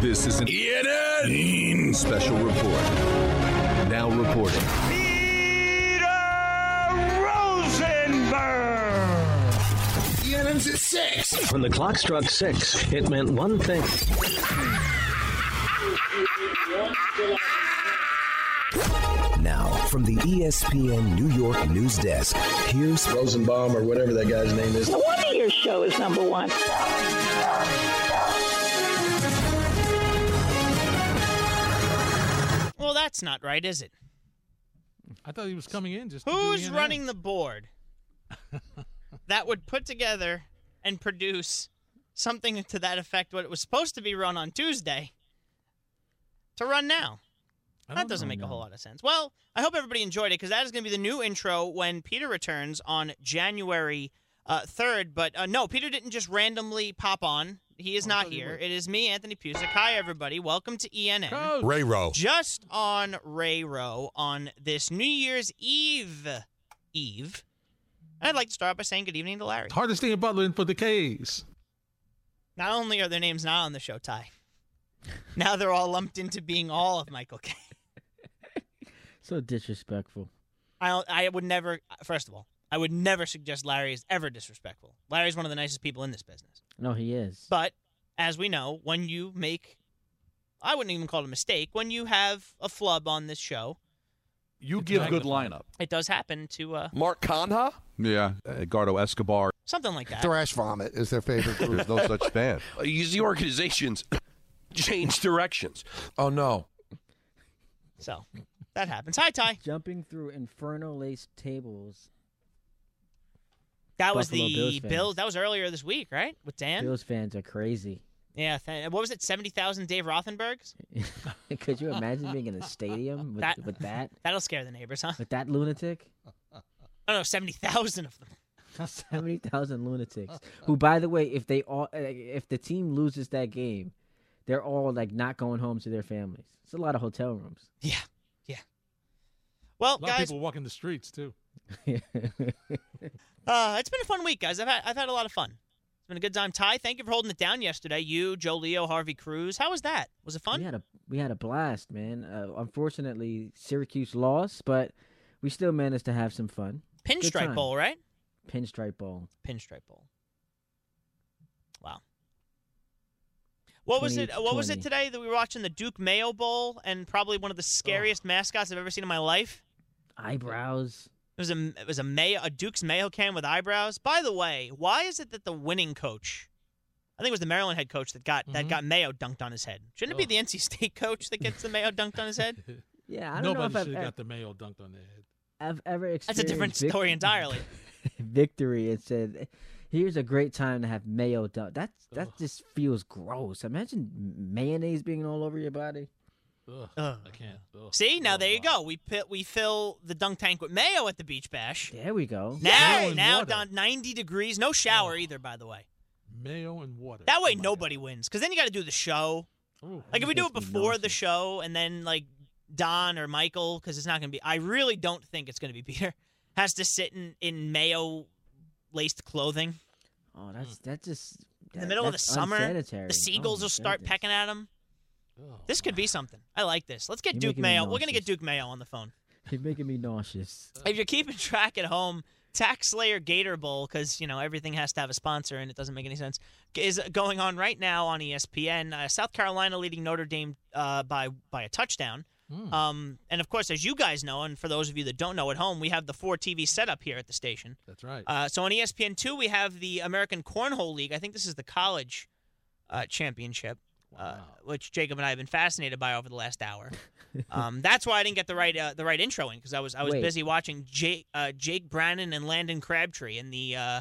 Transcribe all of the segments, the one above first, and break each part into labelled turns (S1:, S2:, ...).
S1: This is an ENN special report. Now reporting.
S2: Peter Rosenberg.
S3: ENN's at six.
S4: When the clock struck six, it meant one thing.
S5: Now, from the E ESPN New York news desk, here's
S6: Rosenbaum Um, or whatever that guy's name is.
S7: No wonder your show is number one.
S8: Well, that's not right, is it?
S9: I thought he was coming in just. to do
S8: Who's
S9: ENN.
S8: running the board that would put together and produce something to that effect what it was supposed to be run on Tuesday to run now?
S9: I
S8: That
S9: don't
S8: doesn't
S9: know
S8: make a
S9: now.
S8: whole lot of sense. Well, I hope everybody enjoyed it because that is going to be the new intro when Peter returns on January uh, 3rd. But uh, no, Peter didn't just randomly pop on. He
S9: Oh,
S8: is not here. It is me, Anthony Pusick. Hi, everybody. Welcome to E ENN.
S9: Coach!
S10: Ray Rowe.
S8: just on Ray Row on this New Year's Eve Eve. And I'd like to start by saying good evening to Larry.
S9: Hardest thing about Butler for the K's.
S8: Not only are their names not on the show tie, now they're all lumped into being all of Michael K.
S11: So disrespectful.
S8: I don't- I would never. First of all, I would never suggest Larry is ever disrespectful. Larry's one of the nicest people in this business.
S11: No, he is.
S8: But as we know, when you make, I wouldn't even call it a mistake. When you have a flub on this show,
S12: You give good lineup.
S8: it does happen to uh,
S12: Mark Conha?
S10: Yeah, Eduardo Escobar.
S8: something like that.
S3: Thrash Vomit is their favorite group.
S10: There's no such fan.
S12: Use the Uh, organizations. Change directions.
S6: Oh no.
S8: So that happens. Hi, Ty.
S11: Jumping through inferno laced tables.
S8: That was
S11: Buffalo
S8: the
S11: Bills
S8: Bills.
S11: fans.
S8: That was earlier this week, right? With Dan.
S11: Bills fans are crazy.
S8: Yeah. Th- what was it? Seventy thousand Dave Rothenbergs.
S11: Could you imagine being in a stadium with
S8: That-
S11: that, with that
S8: That'll scare the neighbors, huh?
S11: with that lunatic?
S8: Oh no, seventy thousand of them.
S11: Seventy thousand lunatics. Who, by the way, if they all uh, if the team loses that game, they're all like not going home to their families. It's a lot of hotel rooms.
S8: Yeah. Yeah. Well,
S9: A lot of
S8: guys,
S9: people walking the streets too.
S8: uh, it's been a fun week, guys. I've had I've had a lot of fun. It's been a good time. Ty, thank you for holding it down yesterday. You, Joe Leo, Harvey Cruz. How was that? Was it fun?
S11: We had a we had a blast, man. Uh, unfortunately, Syracuse lost, but we still managed to have some fun. Good
S8: Pinstripe
S11: time.
S8: Bowl, right?
S11: Pinstripe bowl.
S8: Pinstripe Bowl. Wow. What was it? What was it
S11: 28-20.
S8: today that we were watching the Duke Mayo Bowl and probably one of the scariest mascots I've ever seen in my life.
S11: Eyebrows.
S8: It was a it was a Mayo a Duke's Mayo can with eyebrows. By the way, why is it that the winning coach, I think it was the Maryland head coach that got that
S9: Mhm.
S8: got Mayo dunked on his head. Shouldn't it be the NC State coach that gets the Mayo dunked on his head?
S11: Yeah, I don't
S9: Nobody
S11: know if
S9: should
S11: I've,
S9: have
S11: e-
S9: got the mail dunked on their head.
S11: I've ever
S8: That's a
S11: experienced
S8: different
S11: vic-
S8: story entirely.
S11: victory and said, "Here's a great time to have mayo done." That that
S9: Ugh.
S11: just feels gross. Imagine mayonnaise being all over your body.
S9: Ugh,
S8: Ugh.
S9: I can't. Ugh.
S8: See, now
S9: Ugh,
S8: there you
S9: wow.
S8: go. We pit, we fill the dunk tank with Mayo at the beach bash.
S11: There we go.
S8: Now
S9: Mayo and
S8: now
S9: water.
S8: down 90 degrees, no shower either. By the way,
S9: Mayo and water.
S8: that way
S9: Oh my
S8: nobody
S9: God.
S8: wins because then you got to do the show.
S9: Ooh.
S8: Like if we do it
S11: Makes me
S8: before the
S11: nauseous.
S8: show and then like Don or Michael, because it's not going to be. I really don't think it's going to be Peter. Has to sit in in mayo laced clothing
S11: Oh, that's that just
S8: mm. in the
S11: that-
S8: middle of the
S11: that's
S8: summer.
S11: unsanitary.
S8: The seagulls
S11: Oh,
S8: will start
S11: goodness. Oh
S8: pecking at him.
S9: Ugh.
S8: This could be something. I like this. Let's get
S11: You're
S8: Duke
S11: making me
S8: Mayo. We're going to get
S11: nauseous.
S8: Duke Mayo on the phone.
S11: You're making me nauseous.
S8: If you're keeping track at home, Tax Slayer Gator Bowl, because you know everything has to have a sponsor and it doesn't make any sense, is going on right now on ESPN. Uh, South Carolina leading Notre Dame uh, by by a touchdown.
S9: Mm.
S8: Um, and of course, as you guys know, and for those of you that don't know at home, we have the four TV setup here at the station.
S9: That's right.
S8: Uh, so on ESPN two, we have the American Cornhole League. I think this is the college uh, championship, uh,
S9: Wow.
S8: which Jacob and I have been fascinated by over the last hour. um, that's why I didn't get the right uh, the right intro in because I was I was
S11: Wait.
S8: busy watching Jake uh, Jake Brannon and Landon Crabtree in the uh,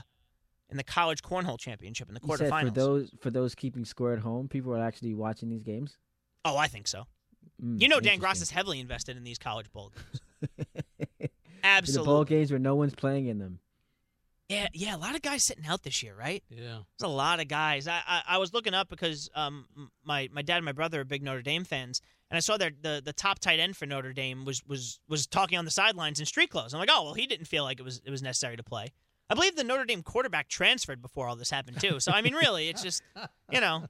S8: in the college cornhole championship in the
S11: You said for
S8: quarterfinals.
S11: those for those keeping score at home, people are actually watching these games.
S8: oh, I think so.
S11: Mm,
S8: you know, Dan
S11: interesting.
S8: Gross is heavily invested in these college bowl games.
S11: For The bowl
S8: Absolutely.
S11: games where no one's playing in them.
S8: Yeah, yeah. A lot of guys sitting out this year, right?
S9: Yeah.
S8: There's a lot of guys. I, I, I was looking up because um m- my, my dad and my brother are big Notre Dame fans, and I saw their the, the top tight end for Notre Dame was was was talking on the sidelines in street clothes. I'm like, oh well, he didn't feel like it was it was necessary to play. I believe the Notre Dame quarterback transferred before all this happened too. So I mean, really, it's just you know,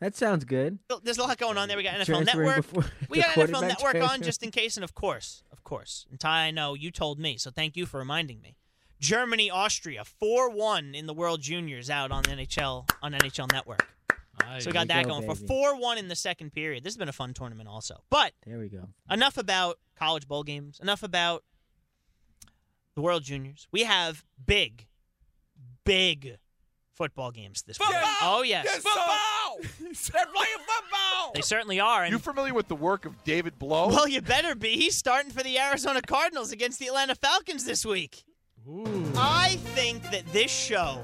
S11: That sounds good.
S8: there's a lot going on there. We got NFL
S11: Transferring
S8: Network.
S11: before
S8: We
S11: the
S8: got NFL
S11: quarterback
S8: Network on
S11: transfer.
S8: just in case, and of course, of course. And Ty, I know you told me, so thank you for reminding me. Germany, Austria, four-one in the World Juniors out on NHL on NHL Network. So we got that going for four-one in the second period. This has been a fun tournament, also. But
S11: There we go.
S8: enough about college bowl games. Enough about the World Juniors. We have big, big football games this week. Oh yes, They certainly are. And
S2: you familiar with the work of David Blow?
S8: Well, you better be. He's starting for the Arizona Cardinals against the Atlanta Falcons this week. I think that this show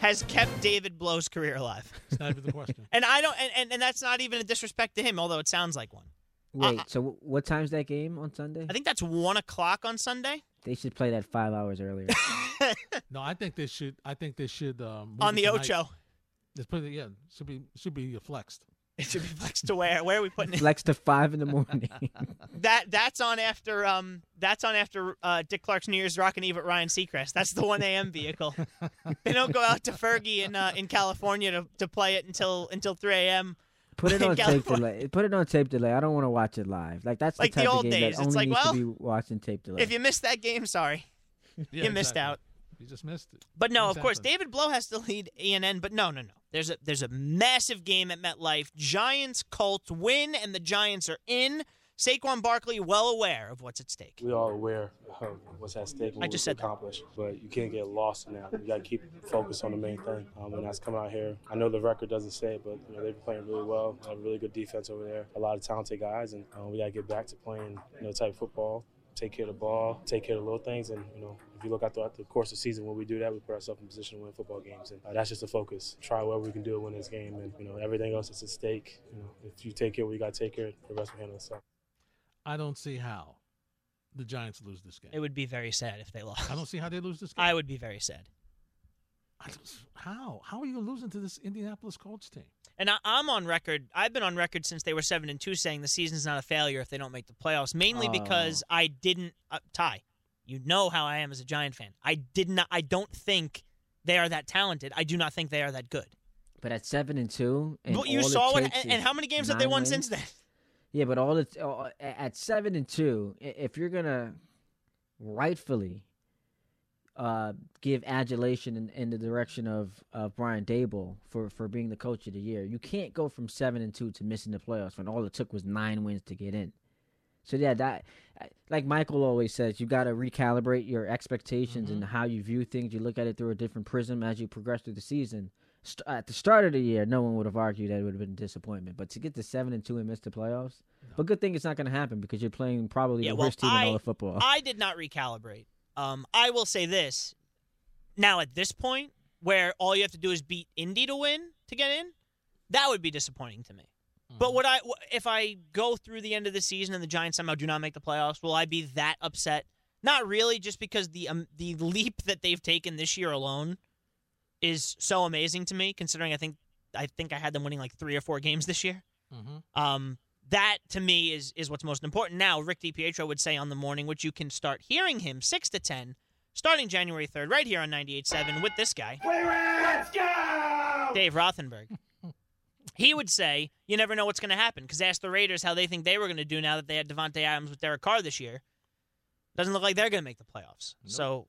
S8: has kept David Blow's career alive.
S9: It's not even the question.
S8: And I don't and, and, and that's not even a disrespect to him, although it sounds like one.
S11: Wait,
S8: uh,
S11: so wh- what time's that game on Sunday?
S8: I think that's one o'clock on Sunday.
S11: They should play that five hours earlier.
S9: No, I think they should. I think they should. Um, move
S8: On the
S9: it tonight.
S8: Ocho.
S9: It's pretty. Yeah, should be should be flexed.
S8: It should be flexed to where? Where are we putting it?
S11: Flex to five in the morning.
S8: That that's on after um that's on after uh, Dick Clark's New Year's Rockin' Eve at Ryan Seacrest. That's the one AM vehicle. they don't go out to Fergie in uh, in California to, to play it until until three AM.
S11: Put it
S8: in
S11: on tape
S8: California.
S11: delay. Put it on tape delay. I don't want to watch it live. Like that's the
S8: Like the
S11: type
S8: old
S11: of game
S8: days.
S11: that
S8: It's
S11: only
S8: like,
S11: needs
S8: well,
S11: to be watched in tape delay.
S8: If you missed that game, sorry. you missed
S9: exactly.
S8: out.
S9: You just missed it.
S8: But no, of course,
S9: Exactly.
S8: David Blow has to lead ENN. But no, no, no. There's a there's a massive game at MetLife. Giants Colts win, and the Giants are in. Saquon Barkley well aware of what's at stake.
S13: We are aware of what's at stake and
S8: I
S13: what
S8: just
S13: we
S8: said that.
S13: accomplished, but you can't get lost in that. You got to keep focused on the main thing. Um, when I was coming out here, I know the record doesn't say it, but you know, they've been playing really well. They have really good defense over there. A lot of talented guys, and uh, we got to get back to playing you know type football. Take care of the ball, take care of the little things, and you know if you look out throughout the course of the season, when we do that, we put ourselves in position to win football games, and uh, that's just the focus. Try whatever we can do to win this game, and you know everything else is at stake. You know if you take care, of what you got to take care. of, The rest will handle itself.
S9: I don't see how the Giants lose this game.
S8: It would be very sad if they lost.
S9: I don't see how they lose this game.
S8: I would be very sad.
S9: I don't s- how how are you losing to this Indianapolis Colts team?
S8: And I, I'm on record. I've been on record since they were seven and two, saying the season's not a failure if they don't make the playoffs.
S9: Oh.
S8: Mainly because I didn't uh, tie. You know how I am as a Giant fan. I did not. I don't think they are that talented. I do not think they are that good.
S11: but at seven and two, and
S8: But you
S11: all it
S8: saw what
S11: takes
S8: and, and
S11: is
S8: how many games have they
S11: nine
S8: won
S11: wins?
S8: since then?
S11: Yeah, but all it's all- a- at seven and two. i- If you're gonna rightfully uh, give adulation in, in the direction of, of Brian Dable for, for being the coach of the year, you can't go from seven and two to missing the playoffs when all it took was nine wins to get in. So yeah, that I- like Michael always says, you got to recalibrate your expectations
S8: Mm-hmm.
S11: and how you view things. You look at it through a different prism as you progress through the season. St- at the start of the year, no one would have argued that it would have been a disappointment, but to get to seven and two and miss the playoffs, but good thing it's not going to happen because you're playing probably
S8: Yeah,
S11: the
S8: well,
S11: worst team in all
S8: I-
S11: of football.
S8: I did not recalibrate. Um, I will say this. Now at this point, where all you have to do is beat Indy to win to get in, that would be disappointing to me.
S11: Mm-hmm.
S8: But would I, w- if I go through the end of the season and the Giants somehow do not make the playoffs, will I be that upset? Not really, just because the um, the leap that they've taken this year alone is so amazing to me. Considering I think I think I had them winning like three or four games this year.
S9: Mm-hmm.
S8: Um, that to me is is what's most important. Now, Rick DiPietro would say on the morning, which you can start hearing him six to ten, starting January third, right here on 98.7 with this guy,
S14: Let's go!
S8: Dave Rothenberg. He would say, "You never know what's going to happen." Because ask the Raiders how they think they were going to do now that they had Devontae Adams with Derek Carr this year. Doesn't look like they're going to make the playoffs. So,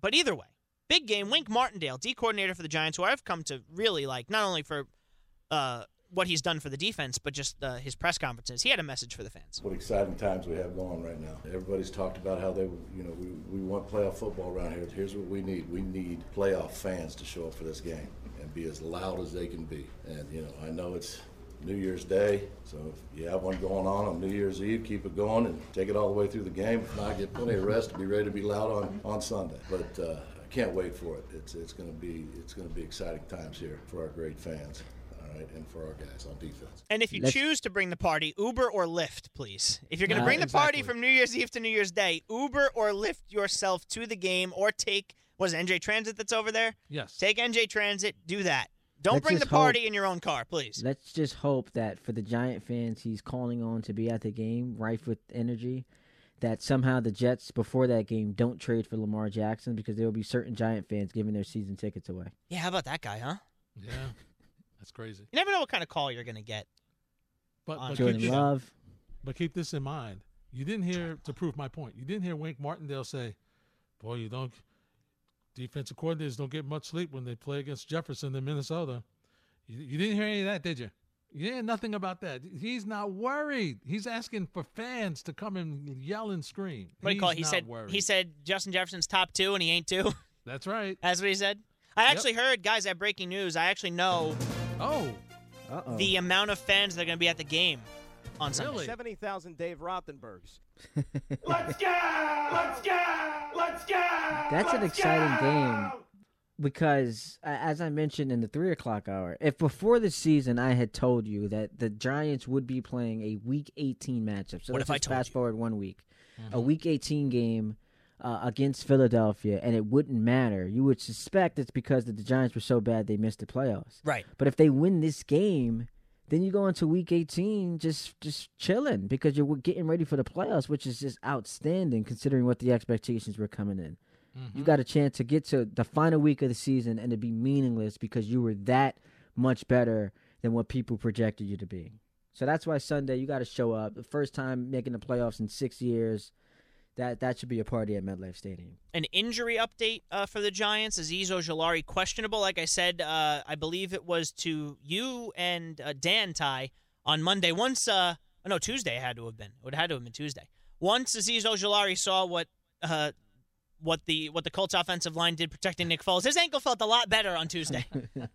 S8: but either way, big game. Wink Martindale, D coordinator for the Giants, who I've come to really like, not only for uh, what he's done for the defense, but just uh, his press conferences. He had a message for the fans.
S15: What exciting times we have going right now. Everybody's talked about how they, were- you know, we, we want playoff football around here. Here's what we need. We need playoff fans to show up for this game and be as loud as they can be. And, you know, I know it's New Year's Day, so if you have one going on on New Year's Eve, keep it going and take it all the way through the game. If not, get plenty of rest and be ready to be loud on, on Sunday. But uh, can't wait for it. It's it's going to be it's going to be exciting times here for our great fans, all right, and for our guys on defense.
S8: And if you
S15: Let's-
S8: choose to bring the party, Uber or Lyft, please. If you're going to
S15: Uh,
S8: bring the party from New Year's Eve to New Year's Day, Uber or Lyft yourself to the game or take, was it NJ Transit that's over there?
S9: Yes.
S8: Take NJ Transit, do that. Don't
S11: Let's
S8: bring the
S11: just hope-
S8: party in your own car, please.
S11: Let's just hope that for the Giant fans he's calling on to be at the game, rife with energy, that somehow the Jets before that game don't trade for Lamar Jackson because there will be certain Giant fans giving their season tickets away.
S8: Yeah, how about that guy, huh?
S9: Yeah. That's crazy.
S8: You never know what kind of call you're going to get.
S9: But,
S8: on
S9: but
S11: Jordan
S9: keep,
S11: Love.
S9: But keep this in mind. You didn't hear to prove my point. You didn't hear Wink Martindale say, "Boy, you don't defensive coordinators don't get much sleep when they play against Jefferson in Minnesota." You, you didn't hear any of that, did you? You didn't hear nothing about that. He's not worried. He's asking for fans to come and yell and scream.
S8: What do you call it? He
S9: He's not
S8: said
S9: worried.
S8: he said Justin Jefferson's top two and he ain't two.
S9: That's right.
S8: That's what he said. I actually heard, guys, at breaking news, I actually know
S9: Oh.
S11: Uh-oh.
S8: the amount of fans that are gonna be at the game on Sunday.
S16: Really? 70,000 Dave Rothenbergs.
S14: Let's go! Let's go! Let's go!
S11: That's an
S14: Let's
S11: exciting
S14: go!
S11: game because, a- as I mentioned in the three o'clock hour, if before the season I had told you that the Giants would be playing a Week 18 matchup, so
S8: What if
S11: let's
S8: I
S11: just
S8: told
S11: fast forward one week, a
S8: Mhm.
S11: Week 18 game uh, against Philadelphia, and it wouldn't matter. You would suspect it's because the Giants were so bad they missed the playoffs.
S8: Right.
S11: But if they win this game, then you go into week 18 just just chilling because you're getting ready for the playoffs, which is just outstanding considering what the expectations were coming in. You got a chance to get to the final week of the season and to be meaningless because you were that much better than what people projected you to be. So that's why Sunday you got to show up. The first time making the playoffs in 6 years. That that should be a party at MetLife Stadium.
S8: An injury update uh, for the Giants: Aziz Ojolari questionable. Like I said, uh, I believe it was to you and uh, Dan Ty on Monday. Once, uh, oh, no, Tuesday it had to have been. It had to have been Tuesday. Once Aziz Ojolari saw what uh, what the what the Colts offensive line did protecting Nick Foles, his ankle felt a lot better on Tuesday.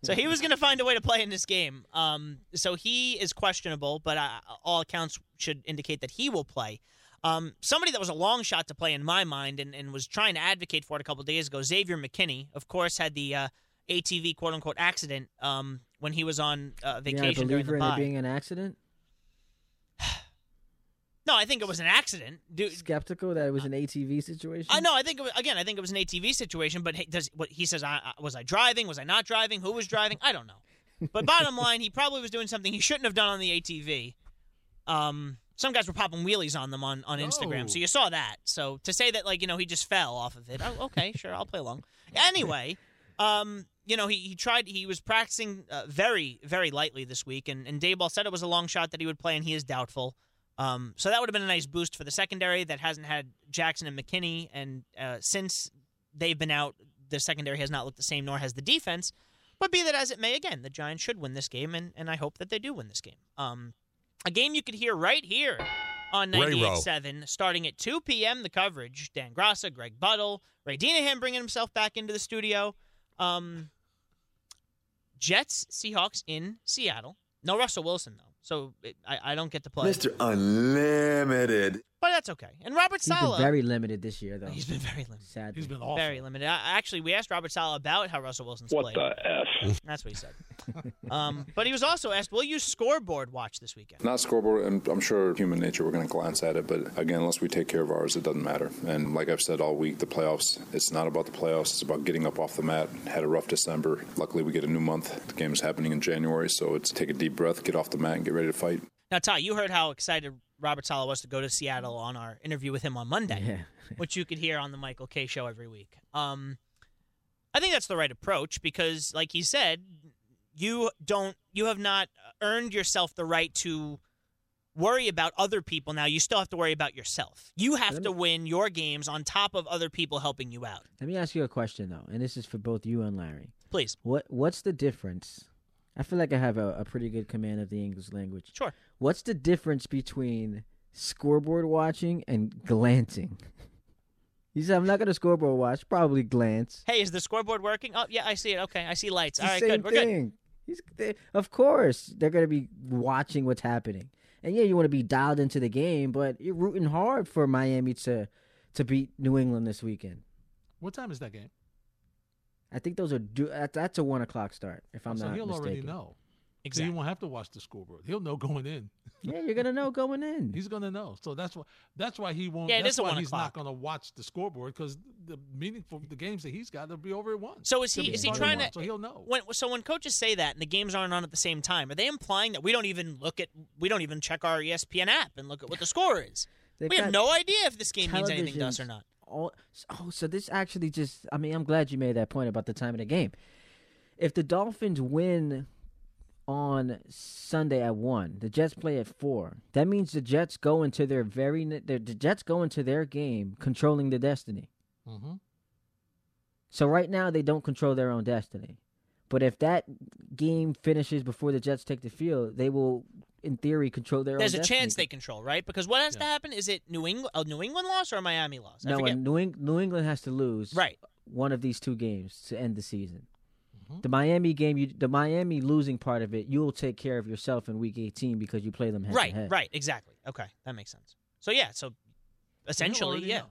S8: so he was going to find a way to play in this game. Um, so he is questionable, but uh, all accounts should indicate that he will play. Um, somebody that was a long shot to play in my mind and, and was trying to advocate for it a couple of days ago, Xavier McKinney, of course, had the uh, ATV quote unquote accident um, when he was on uh,
S11: You're not a
S8: vacation during
S11: believer
S8: the
S11: in it
S8: bye.
S11: being an accident?
S8: No, I think it was an accident. Dude,
S11: Skeptical that it was an ATV situation?
S8: Uh, I know. I think it was, again, I think it was an ATV situation. But hey, does what he says? I, I, was I driving? Was I not driving? Who was driving? I don't know. But bottom line, he probably was doing something he shouldn't have done on the ATV. Um, some guys were popping wheelies on them on, on Instagram, so
S17: Oh.
S8: you saw that. So to say that like you know he just fell off of it, oh, okay, sure, I'll play along. Anyway, um, you know he, he tried he was practicing uh, very very lightly this week, and and Dayball said it was a long shot that he would play, and he is doubtful. Um, so that would have been a nice boost for the secondary that hasn't had Jackson and McKinney, and uh, since they've been out, the secondary has not looked the same, nor has the defense. But be that as it may, again, the Giants should win this game, and, and I hope that they do win this game. Um, a game you could hear right here on
S18: Ray Row.
S8: 98.7, starting at 2 p.m. The coverage: Dan Grasso, Greg Buttle, Ray Dinaham bringing himself back into the studio. Um, Jets, Seahawks in Seattle. No Russell Wilson though, so it, I, I don't get to play.
S19: Mr. Unlimited.
S8: But that's okay. And Robert
S11: He's
S8: Sala,
S11: been very limited this year, though. He's
S8: been very limited.
S11: Sadly.
S9: He's been
S8: very limited. I, actually, we asked Robert Sala about how Russell Wilson's
S11: What
S8: played.
S19: the
S8: f? That's what he said. um, but he was also asked, "Will you scoreboard watch this weekend?"
S20: Not scoreboard, and I'm sure human nature, we're going to glance at it. But again, unless we take care of ours, it doesn't matter. And like I've said all week, the playoffs, it's not about the playoffs. It's about getting up off the mat. Had a rough December. Luckily, we get a new month. The game is happening in January. So it's take a deep breath, get off the mat, and get ready to fight.
S8: Now, Ty, you heard how excited Robert Sala was to go to Seattle on our interview with him on Monday, which you could hear on the Michael K. Show every week. Um, I think that's the right approach because, like he said, you don't, you have not earned yourself the right to worry about other people. Now you still have to worry about yourself. You have to win your games on top of other people helping you out.
S11: Let me ask you a question though, and this is for both you and Larry.
S8: Please.
S11: What What's the difference? I feel like I have a, a pretty good command of the English language.
S8: Sure.
S11: What's the difference between scoreboard watching and glancing? You said I'm not gonna scoreboard watch. Probably glance.
S8: Hey, is the scoreboard working? Oh, yeah, I see it. Okay, I see lights.
S11: It's the
S8: All right,
S11: same
S8: good. We're good.
S11: thing. He's, they, of course, they're gonna be watching what's happening. And yeah, you want to be dialed into the game, but you're rooting hard for Miami to to beat New England this weekend.
S9: What time is that game?
S11: I think those are do. that- That's a one o'clock start. If I'm
S9: so
S11: not
S9: he'll
S11: mistaken.
S9: already know. So he won't have to watch the school board. He'll know going in.
S11: Yeah, you're gonna know going in.
S9: He's gonna know. So that's why that's why he won't.
S8: Yeah, it
S9: that's
S8: is a
S9: why
S8: one
S9: he's not gonna watch the scoreboard because the meaningful the games that he's got they'll be over at one.
S8: So is
S9: They'll
S8: he
S9: be
S8: is he trying
S9: starting one,
S8: to?
S9: So he'll know.
S8: When, so when coaches say that and the games aren't on at the same time, are they implying that we don't even look at we don't even check our E ESPN app and look at what the score is?
S11: They've
S8: we have
S11: got
S8: no idea if this game means anything to us or
S11: televisions
S8: not.
S11: all- oh, so this actually just, I mean, I'm glad you made that point about the time of the game. If the Dolphins win on Sunday at 1, the Jets play at 4, that means the Jets go into their very, ne- their, the Jets go into their game controlling their destiny.
S9: Mm-hmm.
S11: So right now they don't control their own destiny. But if that game finishes before the Jets take the field, they will, in theory, control their
S8: There's
S11: own
S8: a
S11: destiny.
S8: chance they control, right? Because what has to happen? Is it New England a New England loss or a Miami loss? I
S11: No,
S8: forget.
S11: and New, Eng- New England has to lose
S8: Right.
S11: one of these two games to end the season.
S8: Mm-hmm.
S11: The Miami game, you, the Miami losing part of it, you'll take care of yourself in Week 18 because you play them head
S8: right,
S11: to head.
S8: right, exactly. Okay, that makes sense. So yeah, so essentially,
S9: already
S8: yeah.
S9: know.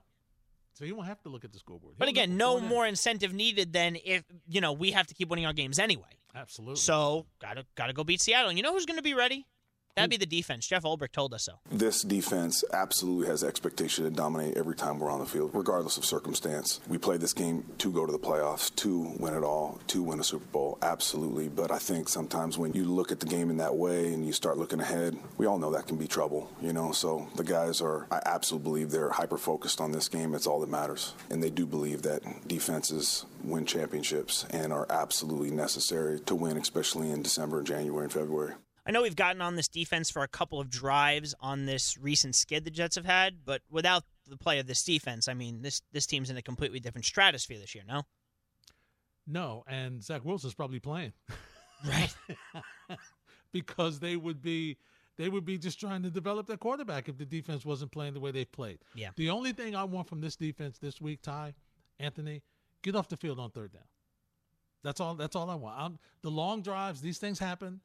S9: So he won't have to look at the scoreboard.
S8: But
S9: He'll know
S8: again, no
S9: going in.
S8: more incentive needed than if you know we have to keep winning our games anyway.
S9: Absolutely.
S8: So gotta gotta go beat Seattle. And you know who's going to be ready? That'd be the defense. Jeff Ulbrich told us so.
S17: This defense absolutely has expectation to dominate every time we're on the field, regardless of circumstance. We play this game to go to the playoffs, to win it all, to win a Super Bowl, absolutely. But I think sometimes when you look at the game in that way and you start looking ahead, we all know that can be trouble, you know. So the guys are, I absolutely believe they're hyper focused on this game. It's all that matters. And they do believe that defenses win championships and are absolutely necessary to win, especially in December, January, and February.
S8: I know we've gotten on this defense for a couple of drives on this recent skid the Jets have had, but without the play of this defense, I mean, this this team's in a completely different stratosphere this year. No,
S9: No, and Zach Wilson's probably playing.
S8: Right.
S9: because they would be they would be just trying to develop their quarterback if the defense wasn't playing the way they played.
S8: Yeah.
S9: The only thing I want from this defense this week, Ty, Anthony, get off the field on third down. That's all that's all I want. I'm, the long drives, these things happen.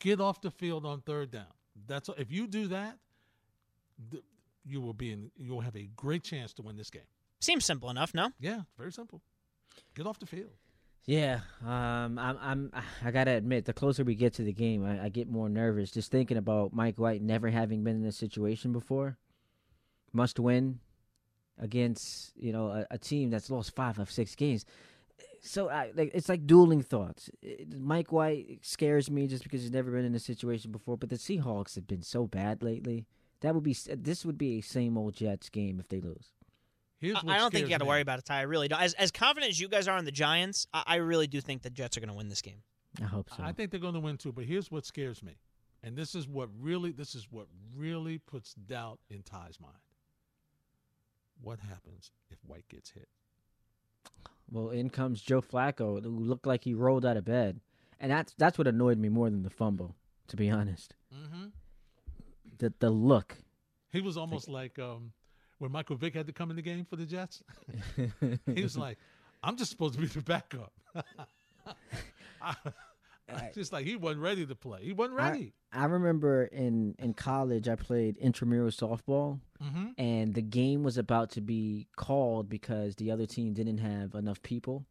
S9: Get off the field on third down. That's if you do that, th- you will be in you will have a great chance to win this game.
S8: seems simple enough. No,
S9: Yeah, very simple. Get off the field.
S11: Yeah, um, I'm, I'm, I gotta admit, the closer we get to the game, I, I get more nervous just thinking about Mike White never having been in this situation before. Must win against you know a, a team that's lost five of six games. So I, like, it's like dueling thoughts. It- Mike White scares me just because he's never been in this situation before. But the Seahawks have been so bad lately. That would be s- this would be a same old Jets game if they lose.
S9: Here's
S8: I,
S9: what
S8: I don't think you
S9: scares
S8: got to
S9: me.
S8: worry about it, Ty. I really don't. As as confident as you guys are in the Giants, I, I really do think the Jets are going to win this game.
S11: I hope so.
S9: I think they're going to win too, but here's what scares me. And this is what really this is what really puts doubt in Ty's mind. What happens if White gets hit?
S11: Well, in comes Joe Flacco, who looked like he rolled out of bed, and that's that's what annoyed me more than the fumble, to be honest.
S9: Mm-hmm.
S11: The the look.
S9: He was almost like um, when Michael Vick had to come in the game for the Jets. he was like, "I'm just supposed to be the backup." I, I just like he wasn't ready to play. He wasn't ready.
S11: I remember in in college I played intramural softball,
S9: Mhm.
S11: and the game was about to be called because the other team didn't have enough people.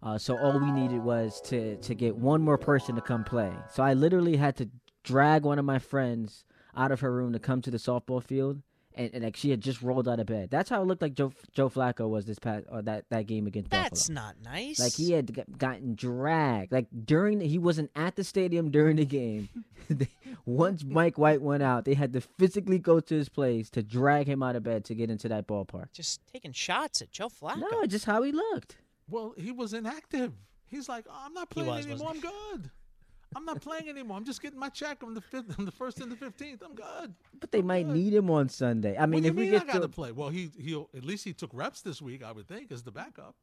S11: Uh, so all we needed was to to get one more person to come play. So I literally had to drag one of my friends out of her room to come to the softball field, and, and like she had just rolled out of bed. That's how it looked like Joe Joe Flacco was this past or that that game against Buffalo.
S8: That's not nice.
S11: Like he had g- gotten dragged. Like during the, he wasn't at the stadium during the game. They- Once Mike White went out, they had to physically go to his place to drag him out of bed to get into that ballpark.
S8: just taking shots at Joe Flacco.
S11: No, just how he looked.
S9: Well, he was inactive. He's like, "Oh, I'm not
S8: He
S9: playing
S8: was,
S9: anymore. I'm
S8: wasn't
S9: good. I'm not playing anymore. I'm just getting my check. on the fifth. I'm the first and the fifteenth. I'm good.
S11: But they might need him on Sunday. I
S9: what
S11: mean,
S9: do you
S11: if we
S9: mean I
S11: get
S9: got
S11: to
S9: to play, well, he he'll at least he took reps this week. I would think as the backup.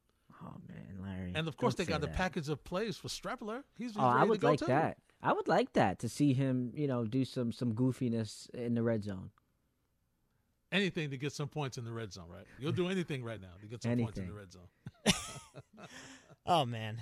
S11: oh man, Larry,
S9: And of course,
S11: don't
S9: they got
S11: say
S9: a
S11: that.
S9: package of plays for Strepler. He's, he's
S11: Oh, I
S9: ready
S11: would
S9: to go
S11: like
S9: too.
S11: that. I would like that to see him, you know, do some some goofiness in the red zone.
S9: Anything to get some points in the red zone, right? You'll do anything right now to get some points in the
S11: Anything.
S9: red zone.
S8: Oh man.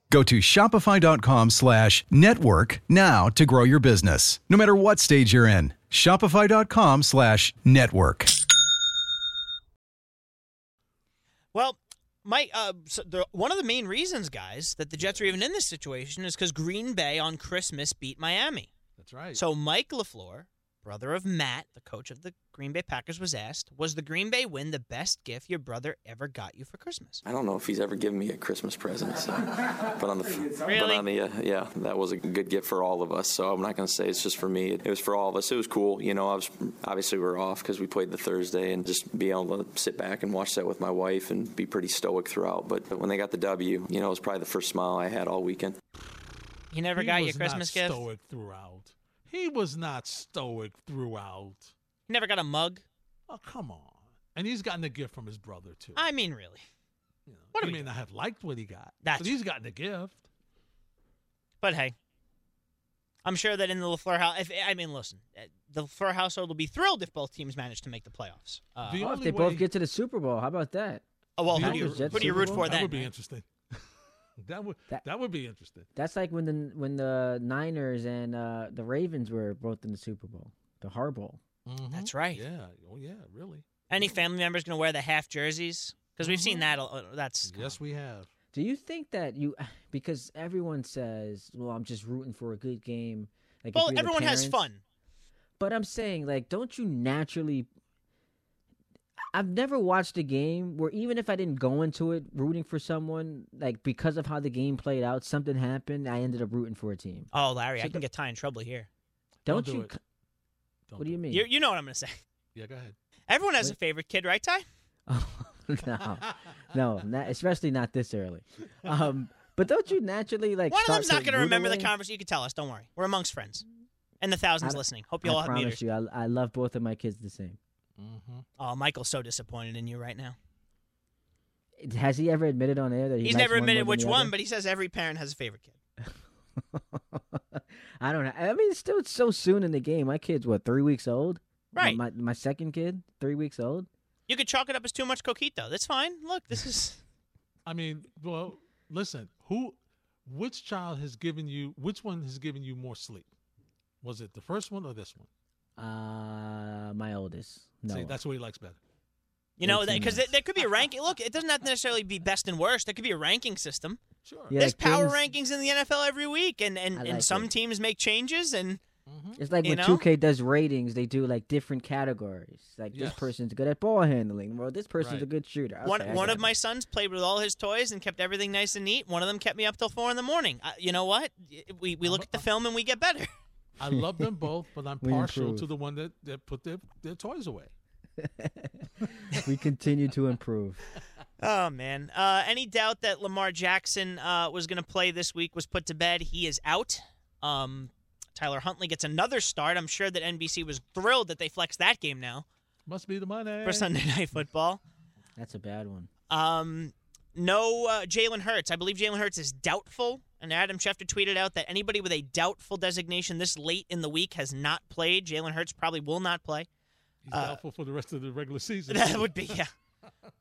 S18: Go to shopify.com slash network now to grow your business, no matter what stage you're in. Shopify.com slash network.
S8: Well, Mike, uh, so the, one of the main reasons, guys, that the Jets are even in this situation is because Green Bay on Christmas beat Miami.
S9: That's right.
S8: So Mike LaFleur, brother of Matt, the coach of the Green Bay Packers, was asked, was the Green Bay win the best gift your brother ever got you for Christmas?
S21: I don't know if he's ever given me a Christmas present, so. but on the but
S8: Really?
S21: on the uh, yeah, that was a good gift for all of us. So I'm not going to say it's just for me. It was for all of us. It was cool, you know. I was obviously we were off because we played the Thursday, and just being able to sit back and watch that with my wife and be pretty stoic throughout. But when they got the W, you know, it was probably the first smile I had all weekend.
S8: You never
S9: He
S8: got your
S9: was
S8: Christmas
S9: not
S8: gift?
S9: Stoic throughout. He was not stoic throughout.
S8: You never got a mug?
S9: Oh come on! And he's gotten a gift from his brother too.
S8: I mean, really.
S9: What he may not have liked what he got,
S8: That's
S9: but he's gotten a gift.
S8: But hey, I'm sure that in the LaFleur house, if, I mean, listen, uh, the LaFleur household will be thrilled if both teams manage to make the playoffs. Uh,
S11: Oh, if they both get to the Super Bowl, how about that?
S8: Oh, well, who do
S11: Packers,
S8: you-
S11: Jets,
S8: who do you
S11: Super
S8: root
S11: Bowl?
S8: for
S9: That
S8: then,
S9: would be
S8: right?
S9: interesting. that would that, would be interesting.
S11: That's like when the when the Niners and uh, the Ravens were both in the Super Bowl, the Harbaugh.
S9: Mm-hmm.
S8: That's right.
S9: Yeah. Oh yeah. Really.
S8: Any family members going to wear the half jerseys? Because we've seen that. a- uh, That's
S9: Yes, we have.
S11: Do you think that you because everyone says, "Well, I'm just rooting for a good game." Like, if
S8: Well,
S11: you're the
S8: everyone has
S11: parents-
S8: fun.
S11: But I'm saying, like, don't you naturally? I've never watched a game where even if I didn't go into it rooting for someone, like because of how the game played out, something happened. I ended up rooting for a team.
S8: Oh, Larry,
S11: So
S8: I can get Ty in trouble here.
S11: Don't,
S8: do
S11: you?
S8: it.
S11: c- what do you mean?
S8: You, you know what I'm going to say.
S9: Yeah, go ahead.
S8: Everyone has a favorite kid, right, Ty?
S11: no, no, not, especially not this early. Um, but don't you naturally like?
S8: One of them's not
S11: going to root
S8: remember the
S11: away?
S8: conversation. You can tell us. Don't worry. We're amongst friends. And the thousands
S11: I-
S8: listening. Hope you all
S11: I
S8: have
S11: promise
S8: meters.
S11: you, I, I love both of my kids the same.
S8: Oh, Michael's so disappointed in you right now.
S11: Has he ever admitted on air that he
S8: He's
S11: likes
S8: never
S11: one more
S8: admitted
S11: than
S8: which
S11: the
S8: one,
S11: other?
S8: but he says every parent has a favorite kid.
S11: I don't know. I mean, it's still it's so soon in the game. My kid's what three weeks old. My-
S8: Right.
S11: My my second kid, three weeks old.
S8: You could chalk it up as too much coquito. That's fine. Look, this is
S9: I mean, well, listen. Who? Which child has given you? Which one has given you more sleep? Was it the first one or this one?
S11: Uh, my oldest. No.
S9: See, that's what he likes better.
S8: you know
S11: 18
S8: because there could be a ranking. Look, it doesn't have to necessarily be best and worst. There could be a ranking system.
S9: Sure.
S11: Yeah,
S8: There's
S11: like
S8: power
S11: things-
S8: rankings in the NFL every week, and and,
S11: I
S8: and
S11: like
S8: some
S11: it.
S8: teams make changes, and
S11: It's like
S8: you
S11: when
S8: know?
S11: 2K does ratings, they do like different categories. Like
S8: Yes.
S11: this person's good at ball handling, or this person's
S9: Right.
S11: a good shooter. Okay,
S8: one
S11: I
S8: one
S11: got
S8: of
S11: it.
S8: my sons played with all his toys and kept everything nice and neat. One of them kept me up till four in the morning. Uh, you know what? Y- We we look at the film and we get better.
S9: I love them both, but I'm
S11: We
S9: partial to
S11: improve.
S9: the one that, that put their, their toys away.
S11: we continue to improve.
S8: Oh man! Uh, any doubt that Lamar Jackson uh, was going to play this week was put to bed. He is out. Um, Tyler Huntley gets another start. I'm sure that NBC was thrilled that they flexed that game now
S9: Must be the money.
S8: for Sunday Night Football.
S11: That's a bad one.
S8: Um, no uh, Jalen Hurts. I believe Jalen Hurts is doubtful. And Adam Schefter tweeted out that anybody with a doubtful designation this late in the week has not played. Jalen Hurts probably will not play.
S9: He's
S8: Uh,
S9: doubtful for the rest of the regular season.
S8: That would be yeah.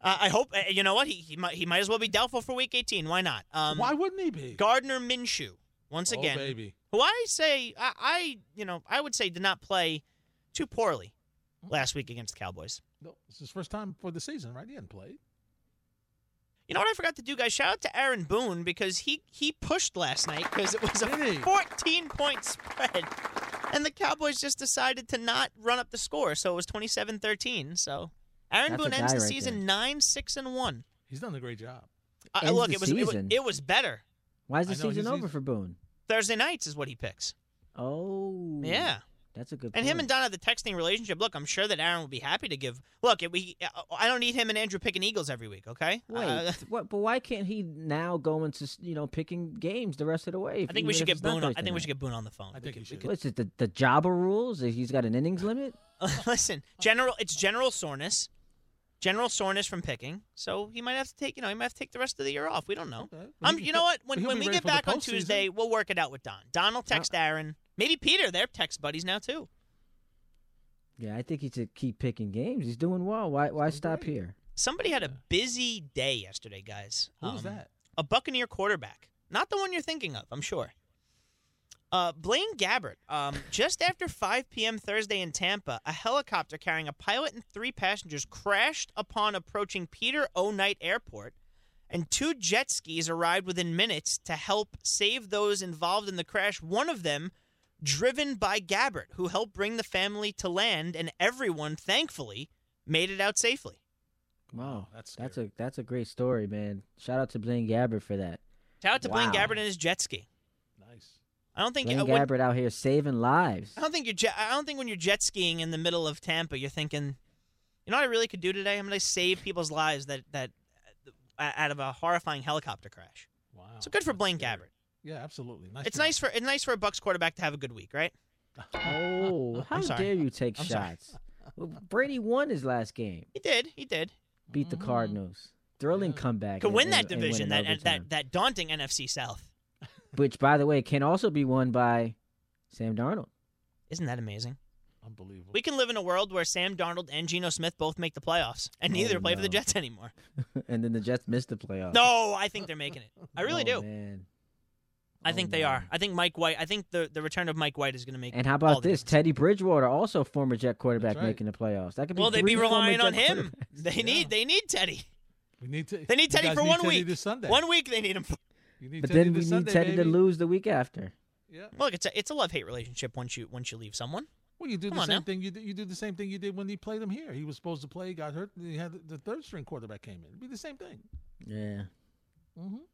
S8: Uh, I hope uh, you know what he he might, he might as well be doubtful for Week 18. Why not? Um,
S9: Why wouldn't he be?
S8: Gardner Minshew once
S9: Oh,
S8: again,
S9: baby.
S8: who I say I, I you know I would say did not play too poorly last week against the Cowboys.
S9: No, it's his first time for the season, right? He hadn't played.
S8: You know what I forgot to do, guys? Shout out to Aaron Boone because he he pushed last night because it was a 14 point spread, and the Cowboys just decided to not run up the score, so it was 27-13. So Aaron
S9: That's a
S8: Boone ends
S9: guy
S8: the
S9: right
S8: season
S9: there.
S8: nine six and one.
S9: He's done a great job.
S8: Uh,
S11: Ends
S8: look,
S11: the
S8: it was, it was
S11: season.
S8: it was better.
S11: Why is the
S9: I know, he's-
S11: season over
S9: he's-
S11: for Boone?
S8: Thursday nights is what he picks.
S11: Oh,
S8: Yeah.
S11: That's a good.
S8: And him
S11: point.
S8: and Don have the texting relationship. Look, I'm sure that Aaron will be happy to give. Look, it- we I don't need him and Andrew picking Eagles every week. Okay.
S11: Wait,
S8: Uh,
S11: what? But why can't he now go into s- you know picking games the rest of the way?
S8: I think we should get Boone. On, I think we should get Boone on the phone. I think
S11: What's it? The, the Jabba rules? That He's got an innings limit.
S8: Listen, general. It's general soreness. general soreness from picking, so he might have to take you know he might have to take the rest of the year off. We don't know. Um, you know what? When,
S9: he'll
S8: when
S9: be
S8: we
S9: ready
S8: get
S9: for the
S8: back on
S9: postseason.
S8: Tuesday, we'll work it out with Don. Don will text Aaron. Maybe Peter. They're text buddies now too.
S11: Yeah, I think he should keep picking games. He's doing well. Why why stop here?
S8: Somebody had a busy day yesterday, guys. Um,
S11: Who was that?
S8: A Buccaneer quarterback. Not the one you're thinking of, I'm sure. Uh, Blaine Gabbert, um, just after 5 p.m. Thursday in Tampa, a helicopter carrying a pilot and three passengers crashed upon approaching Peter O'Knight Airport, and two jet skis arrived within minutes to help save those involved in the crash. One of them driven by Gabbert, who helped bring the family to land, and everyone, thankfully, made it out safely.
S11: Wow, that's that's a that's a great story, man. Shout out to Blaine Gabbert for that.
S8: Shout out to Blaine
S11: Wow.
S8: Gabbert and his jet ski. Nice. I don't think
S11: Blaine
S8: I wouldn't-
S11: Gabbert out here saving lives.
S8: I don't think you're. Je- I don't think when you're jet skiing in the middle of Tampa, you're thinking, you know what I really could do today? I'm going to save people's lives that that uh, out of a horrifying helicopter crash. Wow. So good for Blaine Gabbert.
S9: Yeah, absolutely. Nice
S8: It's
S9: job.
S8: nice for it's nice for a Bucks quarterback to have a good week, right?
S11: Oh, how
S8: sorry.
S11: dare you take
S8: I'm sorry.
S11: shots? Well, Brady won his last game.
S8: He did. He did.
S11: Beat the Cardinals. Thrilling comeback.
S8: Mm-hmm. Could
S11: and-
S8: win that
S11: and- and
S8: division.
S11: in
S8: That
S11: overtime.
S8: that, that that daunting NFC South.
S11: which by the way can also be won by Sam Darnold.
S8: Isn't that amazing?
S9: Unbelievable.
S8: We can live in a world where Sam Darnold and Geno Smith both make the playoffs, and neither play for the Jets anymore.
S11: and then the Jets missed the playoffs.
S8: No, I think they're making it. I really
S11: Oh,
S8: do.
S11: man.
S8: I think they are. I think Mike White. I think the, the return of Mike White is going to make.
S11: Oh, And how
S8: all
S11: about
S8: the
S11: this? Teddy Bridgewater, also former Jet quarterback,
S8: right.
S11: making the playoffs. That could be
S8: Well, they'd be
S11: three former
S8: relying on
S11: Jet
S8: him.
S11: quarterbacks.
S8: They need they need Teddy.
S9: We need to.
S8: They need
S9: you
S8: Teddy
S9: guys
S8: for
S9: need
S8: one
S9: Teddy
S8: week.
S9: This Sunday.
S8: One week they need him.
S9: You need
S11: But
S9: Teddy
S11: then we
S9: this
S11: need
S9: Sunday,
S11: Teddy to
S9: baby.
S11: lose the week after.
S8: Look, it's a it's a love hate relationship once you once you leave someone.
S9: Well, you do
S8: Come
S9: the
S8: on
S9: same
S8: now.
S9: thing. You do, you do the same thing you did when he played him here. He was supposed to play, he got hurt, and he had the, the third string quarterback came in. It'd be the same thing.
S11: Yeah.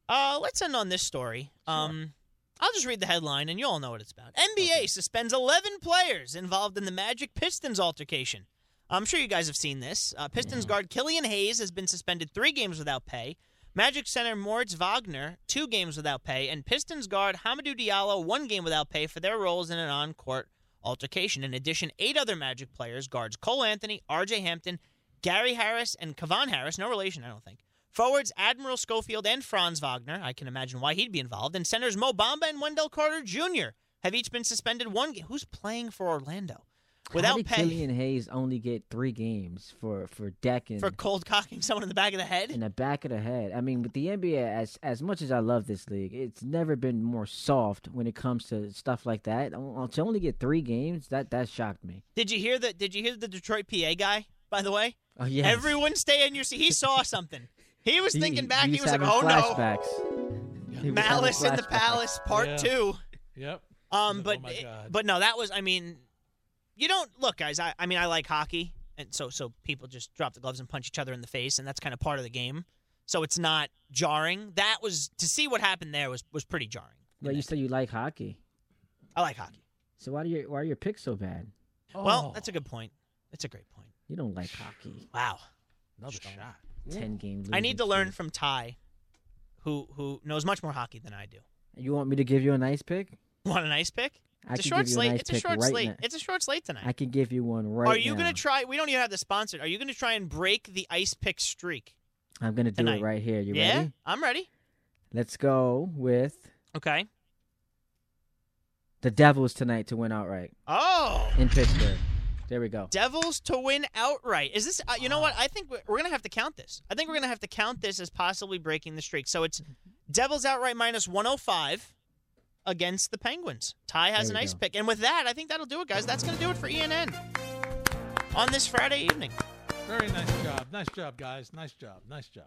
S8: Uh, let's end on this story. Um, I'll just read the headline and you all know what it's about. NBA suspends 11 players involved in the Magic Pistons altercation. I'm sure you guys have seen this. Uh, Pistons guard Killian Hayes has been suspended three games without pay. Magic center Moritz Wagner, two games without pay. And Pistons guard Hamadou Diallo, one game without pay for their roles in an on court altercation. In addition, eight other Magic players, guards Cole Anthony, RJ Hampton, Gary Harris, and Kavon Harris, no relation, I don't think. Forwards Admiral Schofield and Franz Wagner, I can imagine why he'd be involved, and centers Mo Bamba and Wendell Carter Jr. have each been suspended one game. Who's playing for Orlando?
S11: how
S8: Without
S11: did
S8: pay
S11: Killian Hayes only get three games for for Deck and
S8: for cold cocking someone in the back of the head?
S11: in the back of the head. I mean, with the NBA, as as much as I love this league, it's never been more soft when it comes to stuff like that. Oh, To only get three games, that that shocked me.
S8: Did you hear the did you hear the Detroit PA guy, by the way?
S11: Oh, yes.
S8: Everyone stay in your seat. He saw something. He was thinking back, he,
S11: he's
S8: was like,
S11: having
S8: Oh no.
S11: flashbacks. He was having
S8: Malice in the
S11: flashbacks.
S8: Palace part
S9: Yeah.
S8: two.
S9: Yep.
S8: Um, but
S9: my
S8: it-
S9: God.
S8: but no, that was. I mean, you don't look, guys. I, I mean, I like hockey, and so so people just drop the gloves and punch each other in the face, and that's kind of part of the game. So it's not jarring. That was to see what happened there was was pretty jarring.
S11: Well, you said you like hockey,
S8: I like hockey.
S11: so why do you why are your picks so bad?
S9: Oh,
S11: Oh.
S8: Well, that's a good point. That's a great point.
S11: You don't like hockey.
S8: Wow.
S9: Another shot.
S11: Ten game.
S8: I
S11: losing
S8: need to learn
S11: streak.
S8: from Ty, who who knows much more hockey than I do.
S11: You want me to give you a nice pick?
S8: Want an ice pick?
S11: I
S8: It's a
S11: can
S8: short
S11: give you a
S8: slate.
S11: nice
S8: it's a
S11: pick
S8: short
S11: right
S8: slate.
S11: now.
S8: It's a short slate tonight.
S11: I can give you one right
S8: Are you
S11: now.
S8: gonna try? We don't even have the sponsor. Are you gonna try and break the ice pick streak?
S11: I'm gonna do
S8: tonight?
S11: it right here. You
S8: yeah,
S11: ready?
S8: I'm ready.
S11: Let's go with
S8: Okay.
S11: the Devils tonight to win outright
S8: Oh,
S11: in Pittsburgh. There we go.
S8: Devils to win outright. Is this? Uh, you know what? I think we're, we're gonna have to count this. I think we're gonna have to count this as possibly breaking the streak. So it's Devils outright minus 105 against the Penguins. Ty has
S11: There
S8: an
S11: we
S8: ice
S11: go.
S8: pick, and with that, I think that'll do it, guys. That's gonna do it for ENN on this Friday evening.
S9: Very nice job. Nice job, guys. Nice job. Nice job.